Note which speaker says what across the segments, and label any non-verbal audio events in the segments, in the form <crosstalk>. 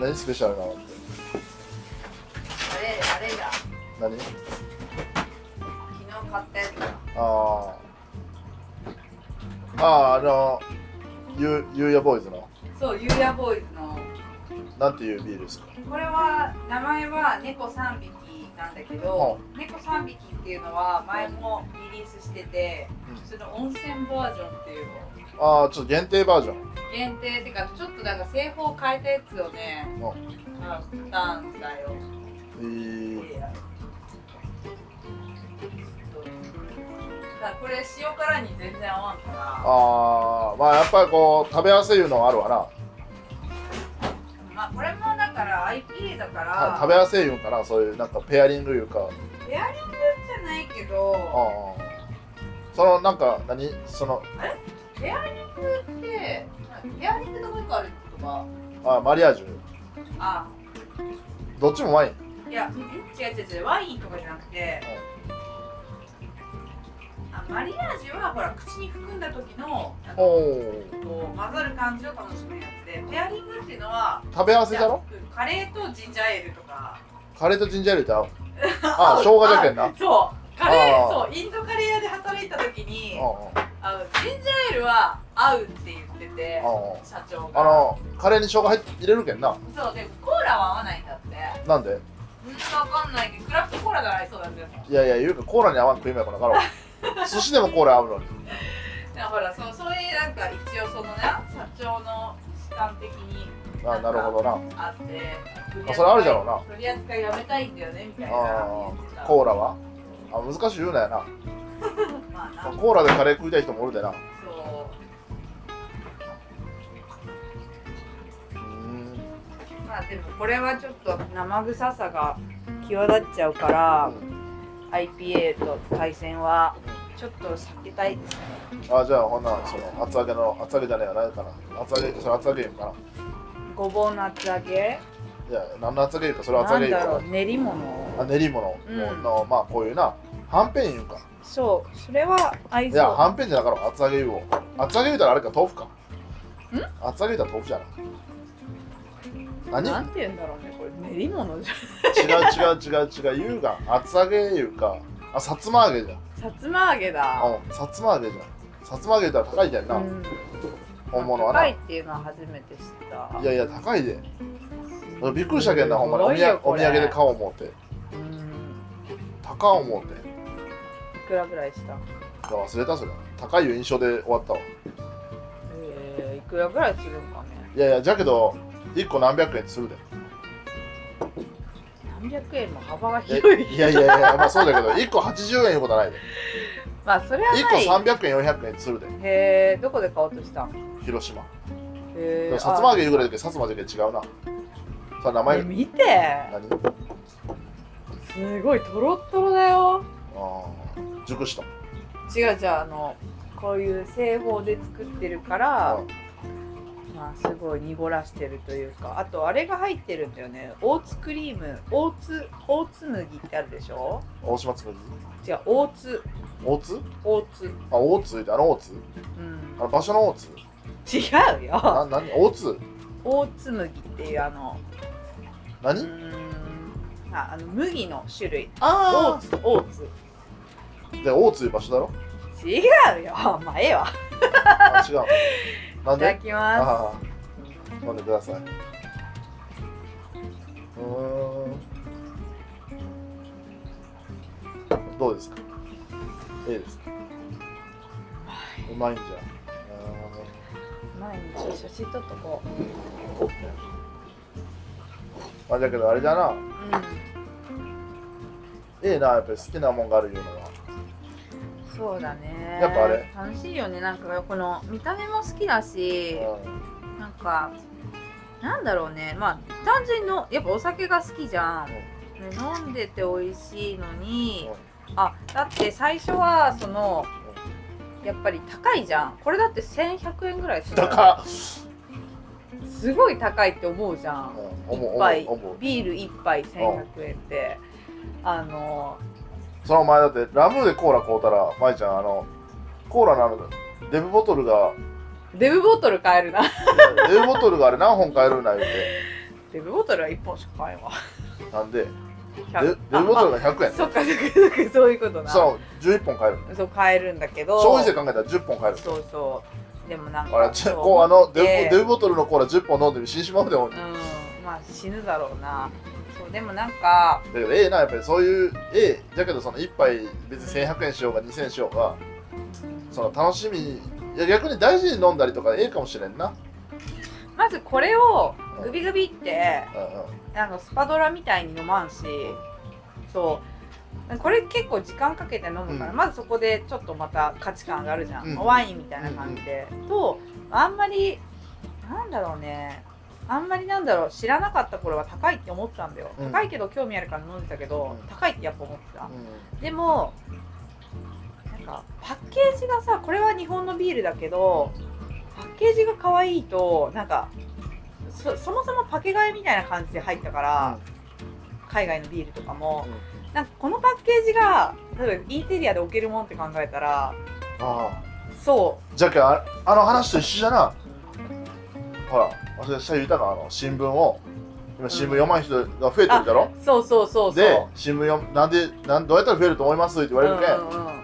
Speaker 1: 何スペシャルなのって
Speaker 2: あれあれだ
Speaker 1: 何
Speaker 2: 昨日買ったやつだ
Speaker 1: あああああのゆゆうやボーイズの
Speaker 2: そうゆうやボーイズの
Speaker 1: なんていうビールですか
Speaker 2: これは名前は猫3匹なんだけど、猫3匹っていうのは前もリリースしてて、その温泉バージョンっていうのを
Speaker 1: ああちょっと限定バージョン
Speaker 2: 限定っていうかちょっとなんか製法を変えたやつをね
Speaker 1: あ
Speaker 2: 買ったんだよ
Speaker 1: えー、
Speaker 2: だからこれ塩辛に全然合わんから
Speaker 1: ああまあやっぱりこう食べやすいのはあるわな、
Speaker 2: まあこれもだから IPA だから、
Speaker 1: はい、食べやすいのかなそういうなんかペアリングいうか
Speaker 2: ペアリングじゃないけ
Speaker 1: あ
Speaker 2: ど
Speaker 1: あそのなんか何その
Speaker 2: ペアリングってペアリングともう一個あるってことか
Speaker 1: あマリアージュ
Speaker 2: あ
Speaker 1: どっちもワイン
Speaker 2: いや違う違う違うワインとかじゃなくてあマリアージュはほら口に含んだ時のなん
Speaker 1: お
Speaker 2: かこ
Speaker 1: お
Speaker 2: う混ざる感じを楽しむやつでペアリングっていうのは
Speaker 1: 食べ合わせだろ
Speaker 2: カレーとジンジャーエールとか
Speaker 1: カレーとジンジャーエールって合うああ生姜じゃけんな
Speaker 2: あそうカレー
Speaker 1: あ
Speaker 2: そうインドカレー屋で働いた時に
Speaker 1: ああ
Speaker 2: あのジンジャーエールは合うって言ってて
Speaker 1: あ
Speaker 2: 社長
Speaker 1: ああ
Speaker 2: が
Speaker 1: のカレーに生姜入っ入れるけんな
Speaker 2: そうでコーラは合わないんだって
Speaker 1: なんで
Speaker 2: うんわかんないけどクラフトコーラなら合いそうだけど
Speaker 1: いやいや言うかコーラに合わん食いもやからな
Speaker 2: <laughs>
Speaker 1: かろう寿司でもコーラ合うのに
Speaker 2: ほらそうそういうなんか一応そのね社長の主観的に
Speaker 1: あなるほどな
Speaker 2: あって
Speaker 1: あそれあるじゃろうな
Speaker 2: 取り扱いやめたいんだよねみたいな
Speaker 1: あ
Speaker 2: 言ってた
Speaker 1: あコーラはあ難しい言うなやな
Speaker 2: まあな
Speaker 1: コーラでカレー食いたい人もおるでなう
Speaker 2: そう
Speaker 1: ーん
Speaker 2: まあでもこれはちょっと生臭さが際立っちゃうから、IPA と対戦はちょっと避けたいですね
Speaker 1: あじゃあほんならその厚揚げの厚揚げじゃねえやないかな厚揚げそれ厚揚げ言うかな
Speaker 2: ごぼうの厚揚げ
Speaker 1: いや何の厚揚げ言うかそれ厚
Speaker 2: な
Speaker 1: 揚げ
Speaker 2: ん
Speaker 1: 言う
Speaker 2: だ
Speaker 1: か
Speaker 2: ろう練り物
Speaker 1: あ練り物
Speaker 2: うん
Speaker 1: の、まあこういうなはんぺん言うか
Speaker 2: そうそれは合い
Speaker 1: いやは
Speaker 2: そ
Speaker 1: んぺんじゃなかろう厚揚げ言うわ厚揚げ言うたらあれか豆腐かん厚揚げ言うたら豆腐じゃな
Speaker 2: う
Speaker 1: 何
Speaker 2: なんて言うんだろうねこれ練り物じゃん
Speaker 1: 違う違う違う違う言うが厚揚げ言うかあさつま揚げじゃん
Speaker 2: <laughs> さつま揚げだ
Speaker 1: あさつま揚げじゃんさつま揚げ言うたら高いじゃんな、
Speaker 2: うん
Speaker 1: 本物はな
Speaker 2: 高い
Speaker 1: い
Speaker 2: っていうのは初めて知った
Speaker 1: やいや高いでびっくりしたけんなほんまにお
Speaker 2: すごい
Speaker 1: 土
Speaker 2: よこ
Speaker 1: お
Speaker 2: れ
Speaker 1: 土産で買おう思うて
Speaker 2: うん
Speaker 1: 高お思うてい
Speaker 2: いくらぐらいした
Speaker 1: や忘れたそれ高いいう印象で終わったわ
Speaker 2: えー、いくらぐらいするんかね
Speaker 1: いやいやじゃけど1個何百円するで
Speaker 2: 何百円も幅が
Speaker 1: いや
Speaker 2: 広い
Speaker 1: いやいやいやまあそうだけど1個80円いうことはないで
Speaker 2: <laughs> まあそれは
Speaker 1: 1個
Speaker 2: ない
Speaker 1: 300円400円するで
Speaker 2: へえどこで買おうとしたん
Speaker 1: 広島
Speaker 2: へ
Speaker 1: で
Speaker 2: え
Speaker 1: もさつま揚げ言うぐらいだけどさつま揚げ違うなさあ名前
Speaker 2: 見て
Speaker 1: 何
Speaker 2: すごいトロットロだよ
Speaker 1: あー熟した
Speaker 2: 違う違うあのこういう製法で作ってるから、まあ、すごい濁らしてるというかあとあれが入ってるんだよねオーツクリームオーツオーツ麦ってあるでしょ
Speaker 1: 大島つむぎ
Speaker 2: 違うオーツ
Speaker 1: 大津
Speaker 2: オーツ
Speaker 1: あ大津ってあの大津
Speaker 2: うん
Speaker 1: あの場所の大津
Speaker 2: 違うよ
Speaker 1: な何大津
Speaker 2: オーツ麦っていうあのう
Speaker 1: 何
Speaker 2: ーんああの麦の種類オー
Speaker 1: あ
Speaker 2: ツオーツ
Speaker 1: あで大津いう場所だろ
Speaker 2: 違うよまあええわ
Speaker 1: あ違うないん
Speaker 2: <laughs> ただ
Speaker 1: で
Speaker 2: きま
Speaker 1: ああ飲んでくださいうーんどうですかいいですかうまいんじゃん
Speaker 2: す前にちょっと写真撮っとこう
Speaker 1: あーあだけどあれだな
Speaker 2: うん
Speaker 1: いいなやっぱり好きなもんがあるいうのは
Speaker 2: そうだね
Speaker 1: やっぱあれ
Speaker 2: 楽しいよねなんかこの見た目も好きだし
Speaker 1: う
Speaker 2: なんかなんだろうねまあ単純のやっぱお酒が好きじゃん、ね、飲んでて美味しいのに、あだって最初はそのやっぱり高いじゃんこれだって1100円ぐらいす
Speaker 1: ん
Speaker 2: る
Speaker 1: 高っ
Speaker 2: すごい高いって思うじゃん
Speaker 1: うん <laughs> 思う思
Speaker 2: 一杯
Speaker 1: う思う
Speaker 2: ビール一杯1100円ってあの
Speaker 1: その前だってラムーでコーラ買うたら舞ちゃんあのコーラのあのデブボトルが <laughs>
Speaker 2: デブボトル買えるな <laughs>
Speaker 1: デブボトルがあれ何本買えるんだ言うて
Speaker 2: デブボトルは1本しか買えんわ
Speaker 1: なんでデ
Speaker 2: 100
Speaker 1: デブボトル
Speaker 2: あ
Speaker 1: が100円
Speaker 2: あそっかそっかそっかそういうことな
Speaker 1: そう11本買える
Speaker 2: そう買えるんだけど
Speaker 1: 消費税考えたら10本買える
Speaker 2: そうそうでもなん
Speaker 1: あ
Speaker 2: か
Speaker 1: れち
Speaker 2: そう
Speaker 1: こうあのデブ,、
Speaker 2: ええ
Speaker 1: デブボトルのコーラ10本飲んでる新島までも
Speaker 2: うんまあ死ぬだろうなそうでもなんか
Speaker 1: だけどええなやっぱりそういうええだけどその1杯別に1100円しようが2000円しようがその楽しみいや逆に大事に飲んだりとかええかもしれんな、
Speaker 2: まずこれをグビグビって
Speaker 1: うんうん、
Speaker 2: あのスパドラみたいに飲まんしそうこれ結構時間かけて飲むから、
Speaker 1: うん
Speaker 2: まずそこでちょっとまた価値観上がるじゃん、
Speaker 1: うん
Speaker 2: ワインみたいな感じで、とあんまりなんだろうねあんまりなんだろう知らなかった頃は高いって思ってたんだよ、
Speaker 1: うん
Speaker 2: 高いけど興味あるから飲んでたけど、
Speaker 1: うん
Speaker 2: 高いってやっぱ思ってた、
Speaker 1: う
Speaker 2: でもなんかパッケージがさこれは日本のビールだけどパッケージが可愛いとなんかそそもそもパケ買いみたいな感じで入ったから、海外のビールとかも
Speaker 1: んうん
Speaker 2: なんかこのパッケージが例えばインテリアで置けるもんって考えたら
Speaker 1: あ
Speaker 2: そ
Speaker 1: あじゃけんああの話と一緒じゃなほら私が言ったかあの新聞を今新聞読まん人が増えてるだろ、
Speaker 2: うそうそうそうそう
Speaker 1: で新聞読むなんでなんどうやったら増えると思いますって言われるけん、
Speaker 2: うんうんうん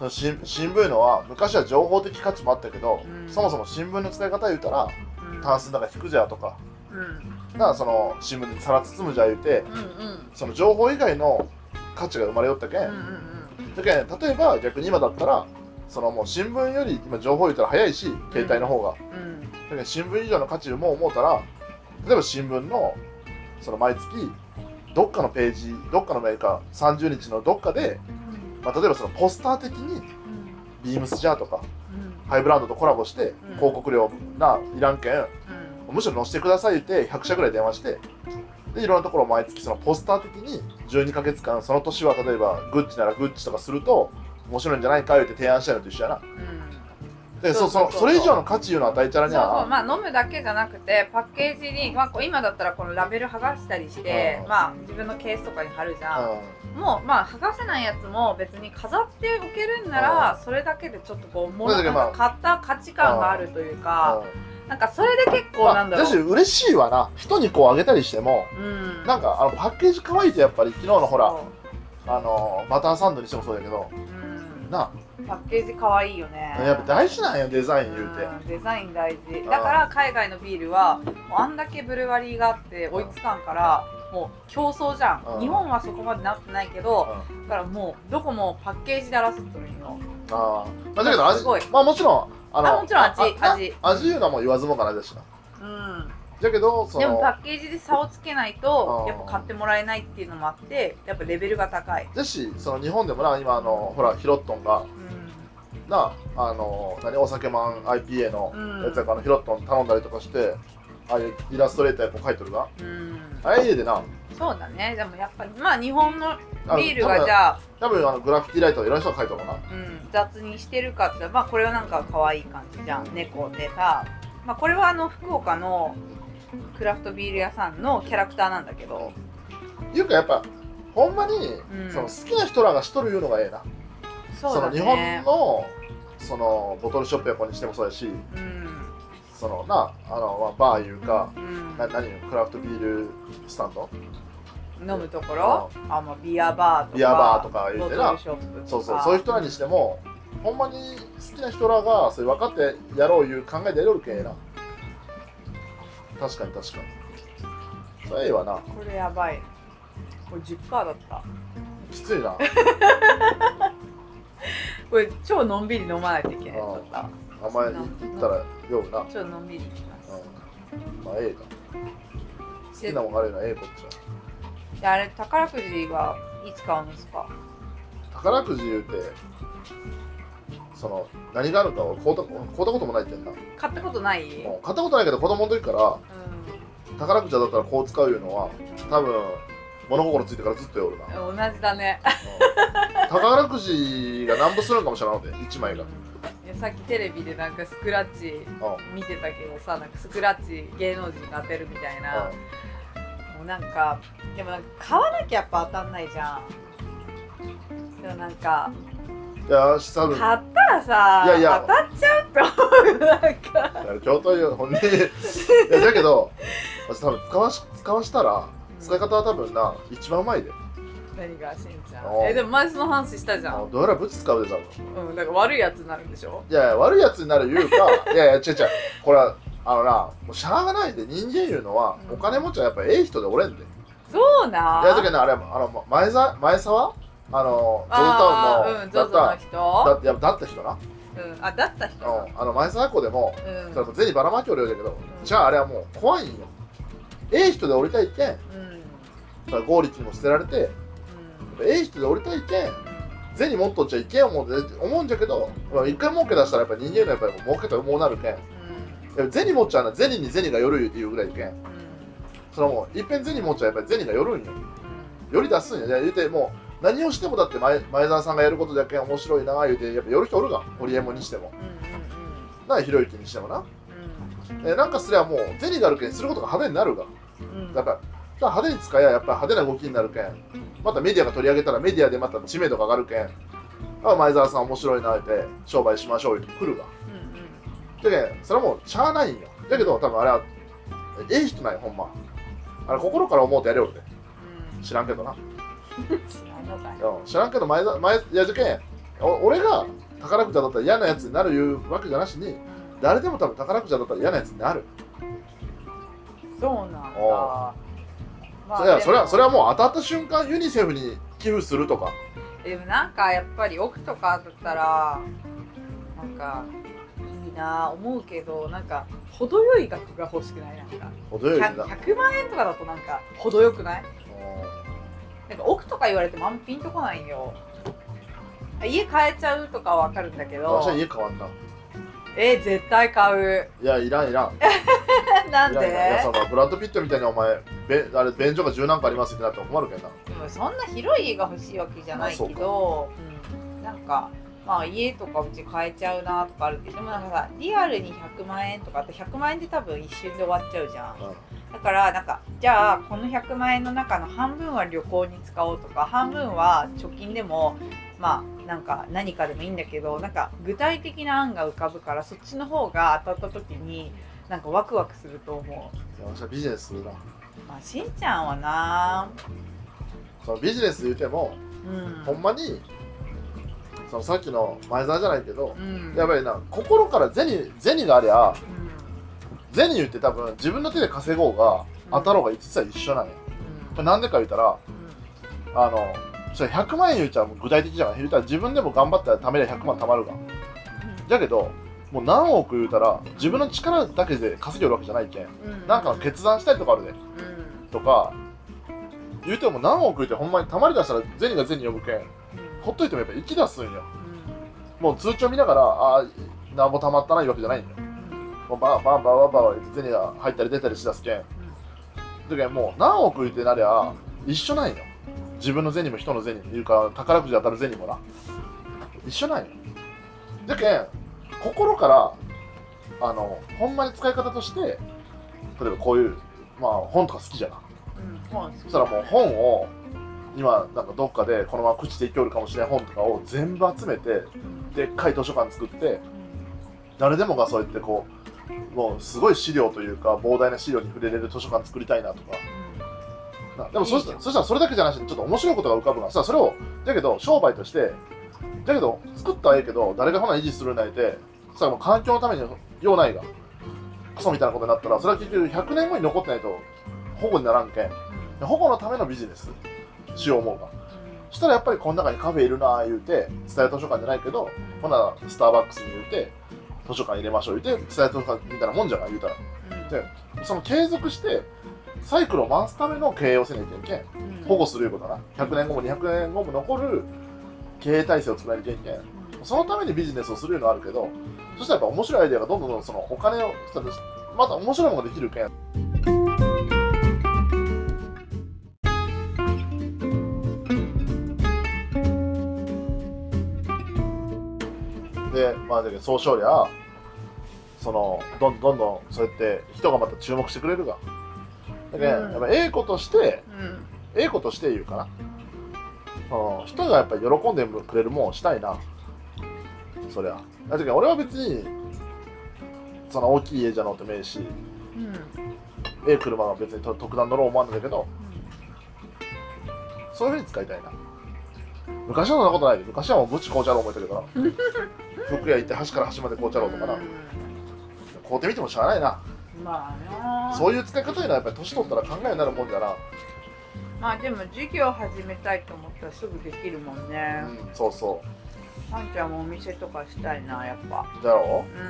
Speaker 1: その新新聞いうのは昔は情報的価値もあったけど、
Speaker 2: うん
Speaker 1: そもそも新聞の使い方言うたら
Speaker 2: うん
Speaker 1: タンスの中引くじゃとか
Speaker 2: うんうん
Speaker 1: だからその新聞で皿包むじゃ言うて
Speaker 2: うん
Speaker 1: その情報以外の価値が生まれよったけん、
Speaker 2: うんうん
Speaker 1: だけん例えば逆に今だったらそのもう新聞より今情報言うたら早いし携帯の方が、
Speaker 2: うんうん
Speaker 1: だけど新聞以上の価値も思うたら例えば新聞のその毎月どっかのページどっかのメーカー30日のどっかで、まあ、例えばそのポスター的にビームスジャーとかハイブランドとコラボして
Speaker 2: うん
Speaker 1: 広告料ないらんけん
Speaker 2: うん
Speaker 1: むしろ載せてくださいって100社ぐらい電話してでいろんなところを毎月そのポスター的に12ヶ月間その年は例えばグッチならグッチとかすると面白いんじゃないか言って提案したいのと一緒やな
Speaker 2: うん
Speaker 1: でそ
Speaker 2: そ
Speaker 1: そ
Speaker 2: うそうそう
Speaker 1: のそれ以上の価値いうのは与えちゃら
Speaker 2: そう
Speaker 1: に
Speaker 2: そう
Speaker 1: ゃ
Speaker 2: まあ飲むだけじゃなくてパッケージに、まあ、こう今だったらこのラベル剥がしたりして、
Speaker 1: うん
Speaker 2: まあ自分のケースとかに貼るじゃん、
Speaker 1: うん
Speaker 2: もうまあ剥がせないやつも別に飾っておけるんなら、それだけでちょっとこうも
Speaker 1: だ
Speaker 2: の
Speaker 1: け
Speaker 2: な
Speaker 1: ど
Speaker 2: ん
Speaker 1: まあ
Speaker 2: か買った価値観があるというか、
Speaker 1: うん
Speaker 2: なんかそれで結構
Speaker 1: まあ
Speaker 2: なんだろ
Speaker 1: だし
Speaker 2: う、
Speaker 1: 嬉しいわな人にこうあげたりしても
Speaker 2: うん
Speaker 1: なんかあのパッケージ可愛いとやっぱり昨日のほら
Speaker 2: そ
Speaker 1: あのバターサンドにしてもそうだけど
Speaker 2: ううん
Speaker 1: な
Speaker 2: パッケージ可愛いよね
Speaker 1: やっぱ大事なんやデザイン言うて
Speaker 2: うんデザイン大事だから海外のビールはもうあんだけブルワリーがあって追いつかんからもう競争じゃ
Speaker 1: うん
Speaker 2: ん日本はそこまでなってないけどだからもうどこもパッケージで争ってるんよ
Speaker 1: ああまあだけど味
Speaker 2: すごい
Speaker 1: まあもちろんあ
Speaker 2: あもちろん味
Speaker 1: あ
Speaker 2: 味
Speaker 1: あ味いうのはもう言わずもがなだしな
Speaker 2: うん
Speaker 1: だけどそ
Speaker 2: でも
Speaker 1: の
Speaker 2: パッケージで差をつけないと
Speaker 1: うん
Speaker 2: やっぱ買ってもらえないっていうのもあってやっぱレベルが高い
Speaker 1: だしその日本でもな今あのほらヒロットンが
Speaker 2: う
Speaker 1: なあの何お酒マン IPA の
Speaker 2: うん
Speaker 1: やつやからあのヒロットン頼んだりとかしてああいうイラストレーターやっぱ書いてるが
Speaker 2: んうん
Speaker 1: ああいう絵でな
Speaker 2: そうだねでもやっぱりまあ日本の
Speaker 1: あの
Speaker 2: ビール
Speaker 1: 多
Speaker 2: が
Speaker 1: 分
Speaker 2: じゃあ、
Speaker 1: 多分あのグラフィティライターをいろんな人が書いてるのかな
Speaker 2: うん、雑にしてるかって言ったらまあこれはなんか可愛い感じじゃん猫でさ、まあ、これはあの福岡のクラフトビール屋さんのキャラクターなんだけど
Speaker 1: いうかやっぱほんまに、
Speaker 2: うん
Speaker 1: その好きな人らがしとるいうのがええな
Speaker 2: そうだ
Speaker 1: の日
Speaker 2: ね
Speaker 1: 本のそのボトルショップやこにしてもそうやし
Speaker 2: うん
Speaker 1: そのなあの、まあ、バーいうか、
Speaker 2: うん
Speaker 1: な何いうのクラフトビールスタンド
Speaker 2: 飲むところあ、まあ、ビアバーとか
Speaker 1: ビアバーとか言うてな
Speaker 2: ボトルショップとか
Speaker 1: そうそうそういう人らにしてもほんまに好きな人らがそれ分かってやろういう考えでやれるけええな確かに確かにそれええわな
Speaker 2: これやばいこれ10%だった
Speaker 1: きついな
Speaker 2: これ超のんびり飲まないといけないちょっ
Speaker 1: あんまり言ったら酔うな、うん
Speaker 2: と超のんびりいきます
Speaker 1: まあええな好きなもんがあるのはええこっちは
Speaker 2: であれ宝くじはいつ買うんですか
Speaker 1: 宝くじ言うてその何があるかを買うた買うたこともないってんなも
Speaker 2: 買ったことない、うん
Speaker 1: う買ったことないけど子供の時から宝くじだったらこう使ういうのは多分物心ついてからずっとおるな、うん
Speaker 2: 同じだね
Speaker 1: 宝くじが何ぼするんかもしれないので1枚が、うん
Speaker 2: いやさっきテレビでなんかスクラッチ見てたけどさなんかスクラッチ芸能人が当てるみたいな、もうなんかでもなんか買わなきゃやっぱ当たんないじゃんでもなんか
Speaker 1: うんいや多分
Speaker 2: 買ったらさ
Speaker 1: いやいや
Speaker 2: 当たっちゃうって思なんか
Speaker 1: あれ京都よほんでいやだけど私多分使わし使わしたら使い方は多分な一番うまいで
Speaker 2: 何がしんちゃ
Speaker 1: おうん
Speaker 2: えでも前その話したじゃん
Speaker 1: どうやらぶち使うで多分
Speaker 2: うんなんか悪いやつになるんでしょ
Speaker 1: いやいや悪いやつになる言うか <laughs> いやいや違う違うこれはあのなもうしゃあがないで人間言うのは、
Speaker 2: うん
Speaker 1: お金持ちはやっぱええ人でおれんでい
Speaker 2: そうな
Speaker 1: やだけどねあれあの前澤前沢あのゾウ
Speaker 2: あ
Speaker 1: タウ
Speaker 2: ー
Speaker 1: ン
Speaker 2: うん
Speaker 1: のだ
Speaker 2: ゾ
Speaker 1: っ
Speaker 2: ゾの
Speaker 1: ただ
Speaker 2: 人
Speaker 1: っいやだった人な、
Speaker 2: うんあだった人
Speaker 1: うんあの前澤子でも
Speaker 2: うん
Speaker 1: それも銭ばらまきおるようだけど、
Speaker 2: うん
Speaker 1: じゃああれはもう怖いんよええ人でおりたいけん
Speaker 2: うんうん
Speaker 1: それは剛力にも捨てられてええ人でおりたいけん銭持っとっちゃいけん思うで思うんじゃけどまあ一回儲け出したらやっぱ人間のやっぱりもう儲けたらもうなるけんでも銭持っちゃうな銭に銭がよる言うていうぐらいけん
Speaker 2: うん
Speaker 1: そのもういっぺん銭持っちゃやっぱり銭がよるんよ
Speaker 2: うん
Speaker 1: より出すんよで言うてもう何をしてもだって前前澤さんがやることじゃけん面白いな言うてやっぱよる人おるがんホリエモンにしても
Speaker 2: うんうん
Speaker 1: なひろゆきにしてもな
Speaker 2: う
Speaker 1: えなんかすりゃもう銭があるけんすることが派手になるが
Speaker 2: んうん
Speaker 1: だからだから派手に使えややっぱり派手な動きになるけんまたメディアが取り上げたらメディアでまた知名度が上がるけんあ前澤さん面白いなって商売しましょうよって来るが
Speaker 2: うん
Speaker 1: だけどそれはもうしゃあないんよだけど多分あれはええ人ないほんまあれ心から思うてやれよって
Speaker 2: うん
Speaker 1: 知らんけどな、
Speaker 2: 知らんのかい
Speaker 1: うん知らんけど前澤前いやじゃけんお俺が宝くじだったら嫌なやつになるいうわけじゃなしに誰でも多分宝くじだったら嫌なやつになる
Speaker 2: そうなんだ
Speaker 1: お
Speaker 2: ま
Speaker 1: それは
Speaker 2: でも
Speaker 1: それはそれはもう当たった瞬間ユニセフに寄付するとか
Speaker 2: でもなんかやっぱり奥とかだったらなんかいいなぁ思うけどなんか程よい額が欲しくないなんか
Speaker 1: 程よいな
Speaker 2: 100 100万円とかだとなんか程よくないなんか奥とか言われてもあんまピンとこないんよ家買えちゃうとかはわかるんだけど
Speaker 1: 私は家変わんな
Speaker 2: えー絶対買う
Speaker 1: いやいらんいらん
Speaker 2: なん
Speaker 1: いらんいらんいや
Speaker 2: で
Speaker 1: そのブラッド・ピットみたいにお前べあれ便所が十何個ありますってなっても困るけんな
Speaker 2: でもそんな広い家が欲しいわけじゃないけど、うんなんかまあ家とかうち買えちゃうなとかあるけどでもなんかさリアルに100万円とかって100万円で多分一瞬で終わっちゃうじゃんだからなんかじゃあこの100万円の中の半分は旅行に使おうとか半分は貯金でもまあなんか何かでもいいんだけどなんか具体的な案が浮かぶからそっちの方が当たった時になんかワクワクすると思う。
Speaker 1: いや私はビジネスするな
Speaker 2: まあ、しんちゃんはな
Speaker 1: そのビジネス言うても、
Speaker 2: うん
Speaker 1: ほんまにそのさっきの前澤じゃないけど
Speaker 2: う、ん
Speaker 1: やっぱりな心から銭銭がありゃ
Speaker 2: うん
Speaker 1: 銭言って多分自分の手で稼ごうが当たろうが実は一緒なんやこれなんでか言うたらあのそれ100万円言うちゃもう具体的じゃん言うたら自分でも頑張ったら貯めりゃ100万貯まるがだけどもう何億言うたら自分の力だけで稼げるわけじゃないけんなんかの決断したりとかあるで
Speaker 2: うん
Speaker 1: とか言うても何億言うてほんまにたまりだしたら銭が銭呼ぶけんほっといてもやっぱ息出すんよもう通帳見ながらああなんぼたまったないわけじゃないんよもうバーバーバーバーバー言って銭が入ったり出たりしだすけんだけどもう何億言うてなりゃ一緒なんよ自分の銭も人の銭いうか宝くじ当たる銭もな一緒なんよじゃけん心からあのほんまに使い方として例えばこういうまあ本とか好きじゃなそしたらもう本を今なんかどっかでこのまま朽ちていきおるかもしれない本とかを全部集めてでっかい図書館作って誰でもがそうやってこうもうすごい資料というか膨大な資料に触れれる図書館作りたいなとかなでもそし
Speaker 2: いいじゃん
Speaker 1: そしたらそれだけじゃなしにちょっと面白いことが浮かぶからそしたらそれをだけど商売としてだけど作ったはええけど誰がほな維持するなんてそしたらもう環境のために用ないがクソみたいなことになったらそれは結局100年後に残ってないと保護にならんけん保護のためのビジネスしよう思うがそしたらやっぱりこの中にカフェいるなあ言うて伝え図書館じゃないけどほなスターバックスに言うて図書館入れましょう言うて伝え図書館みたいなもんじゃない言うたらその継続してサイクルを回すための経営をせなきゃいけん保護するいうことな100年後も200年後も残る経営体制を作らなきゃいけんそのためにビジネスをするいうのはあるけどそしたらやっぱ面白いアイデアがどんどんどんどんそのお金をそのまた面白いものができるけんでまあだけど総称やそのどんどんどんどんそうやって人がまた注目してくれるがだけど、
Speaker 2: うん
Speaker 1: やっぱええことしてええことして言うかなその人がやっぱり喜んでくれるもんをしたいなそりゃだけど俺は別にその大きい家じゃのうてもええし
Speaker 2: うん
Speaker 1: ええ車が別にと特段乗ろう思わんのだけどそういうふうに使いたいな昔はそんなことないで昔はもうぶち紅茶ろう思ってるから服屋行って端から端まで紅茶ろうとかな
Speaker 2: うん
Speaker 1: 買うてみてもしゃあないな
Speaker 2: まあね
Speaker 1: そういう使い方いうのはやっぱり年取ったら考えになるもんだな、
Speaker 2: まあでも授業始めたいと思ったらすぐできるもんね
Speaker 1: うん、そうそ
Speaker 2: あんちゃんもお店とかしたいなやっぱ
Speaker 1: うだろ
Speaker 2: うん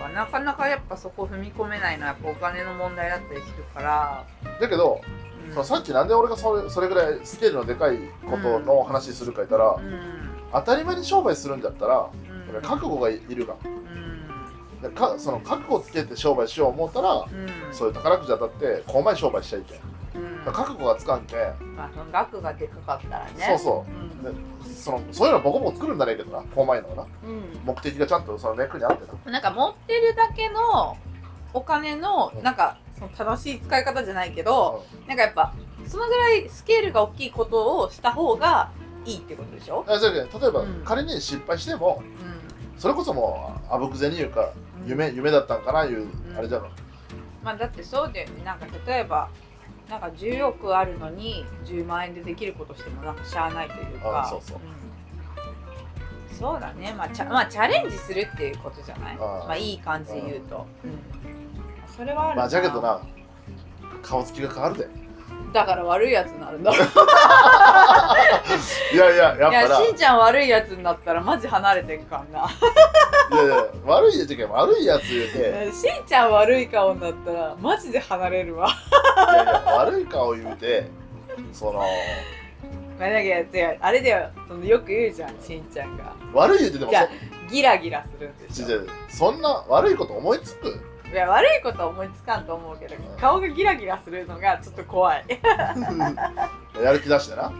Speaker 2: やっぱなかなかやっぱそこ踏み込めないのはやっぱお金の問題だったりするから、
Speaker 1: だけど
Speaker 2: うん
Speaker 1: そのさっきなんで俺がそれそれぐらいスケールのでかいことの話するか言ったら、
Speaker 2: うん
Speaker 1: 当たり前に商売するんだったらや
Speaker 2: うん
Speaker 1: っぱり覚悟がいるが
Speaker 2: うん
Speaker 1: でかその覚悟つけて商売しよう思ったら
Speaker 2: うん
Speaker 1: そういう宝くじ当たってこうまい商売しちゃいけん
Speaker 2: うん
Speaker 1: だから覚悟がつかんけん、
Speaker 2: まあその額がでかかったらね
Speaker 1: そうそう
Speaker 2: うん
Speaker 1: でそのそういうのボコボコ作るんだねえけどなこうまいのがな
Speaker 2: うん
Speaker 1: 目的がちゃんとそのネックに合ってた
Speaker 2: なんか持ってるだけのお金のなんかその正しい使い方じゃないけど、なんかやっぱそのぐらいスケールが大きいことをした方がいいってことでしょ、
Speaker 1: あじゃあね例えば、
Speaker 2: うん
Speaker 1: 仮に失敗しても
Speaker 2: う
Speaker 1: それこそもうあぶくぜに言うか
Speaker 2: ん、
Speaker 1: 夢夢だったんかないう、
Speaker 2: ん
Speaker 1: あれじゃろ
Speaker 2: まあだってそうだよねなんか例えばなんか10億あるのに10万円でできることしてもなんかしゃあないというか
Speaker 1: あそうそうん
Speaker 2: そうだね、まあ、チャまあチャレンジするっていうことじゃない
Speaker 1: あ
Speaker 2: まあいい感じで言うと、うんそれはある
Speaker 1: まあじゃけどな顔つきが変わるで
Speaker 2: だから悪いやつになるんだ
Speaker 1: いやいやや
Speaker 2: いや
Speaker 1: っぱない
Speaker 2: しんちゃん悪いやつになったらマジ離れていくからな
Speaker 1: やいや悪いやつやけん悪いやつ言うていやい
Speaker 2: しんちゃん悪い顔になったらマジで離れるわ
Speaker 1: <laughs> や悪い顔言うてその
Speaker 2: まあだけど違うあれだよそのよく言うじゃんしんちゃんが
Speaker 1: 悪い言うてでも
Speaker 2: じゃあギラギラするんで
Speaker 1: そ
Speaker 2: し
Speaker 1: 違
Speaker 2: ょ
Speaker 1: う違うそんな悪いこと思いつく <laughs>
Speaker 2: いや悪いことは思いつかんと思うけど顔がギラギラするのがちょっと怖いうん
Speaker 1: やる気出してな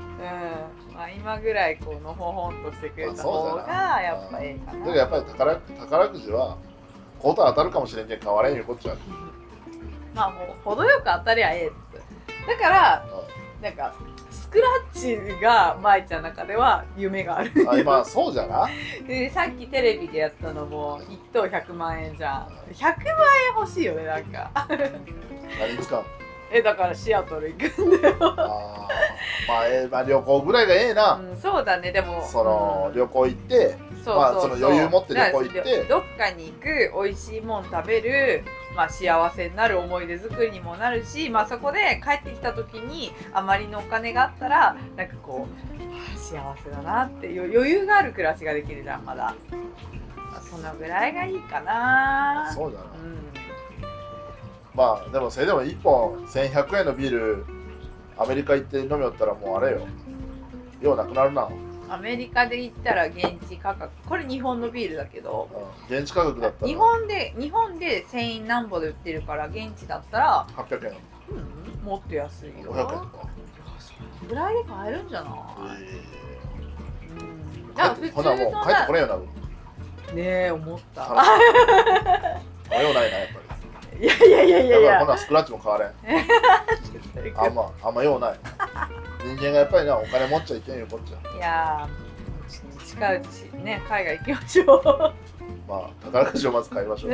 Speaker 2: まあ今ぐらいこうのほほんとしてくれた方
Speaker 1: まあ
Speaker 2: がやっぱええか
Speaker 1: だ
Speaker 2: な
Speaker 1: けどやっぱり宝宝くじはこと当たるかもしれんけん変われんいうことじゃん
Speaker 2: まあもう程よく当たりゃええっつだからなんかスクラッチが舞ちゃんの中では夢があ
Speaker 1: <laughs>
Speaker 2: る
Speaker 1: あ今そうじゃな
Speaker 2: でさっきテレビでやったのも1等100万円じゃん100万円欲しいよねなんか
Speaker 1: 何使う
Speaker 2: えだからシアトル行くんだよ、
Speaker 1: あーまあ、えーまあ旅行ぐらいがええな、
Speaker 2: うん、そうだねでも
Speaker 1: その
Speaker 2: うん
Speaker 1: 旅行行って
Speaker 2: そう
Speaker 1: まあ
Speaker 2: そうそう
Speaker 1: その余裕持って旅行行って
Speaker 2: だからどどっかに行く美味しいもん食べるまあ幸せになる思い出作りにもなるしまあそこで帰ってきた時にあまりのお金があったらなんかこうあー幸せだなっていう余裕がある暮らしができるじゃんまだまあそのぐらいがいいかな
Speaker 1: そうじゃな
Speaker 2: うん
Speaker 1: まあでもそれでも1本1100円のビールアメリカ行って飲みよったらもうあれよようなくなるな、うん
Speaker 2: アメリカで言ったら現地価格これ日本のビールだけど
Speaker 1: 現地価格だったら
Speaker 2: 日本で日本で1000円何ぼで売ってるから現地だったら、
Speaker 1: 800円
Speaker 2: うん、もっと安いよ
Speaker 1: 500円とか、
Speaker 2: そのぐらいで買えるんじゃない、うん、だから普
Speaker 1: ほ
Speaker 2: 通
Speaker 1: なもう
Speaker 2: の
Speaker 1: 帰って
Speaker 2: な
Speaker 1: これんようになる
Speaker 2: ねえ思 <laughs> った
Speaker 1: あれようないなやっぱり
Speaker 2: いやいやいやいやい
Speaker 1: だからほ
Speaker 2: や
Speaker 1: なスクラッチも変わ
Speaker 2: <laughs>
Speaker 1: れんあんまあんまようない人間がやっぱりなお金持っちゃいけんよこっちゃ
Speaker 2: いやー近いうちね海外行きましょう
Speaker 1: まあ宝くじをまず買いましょう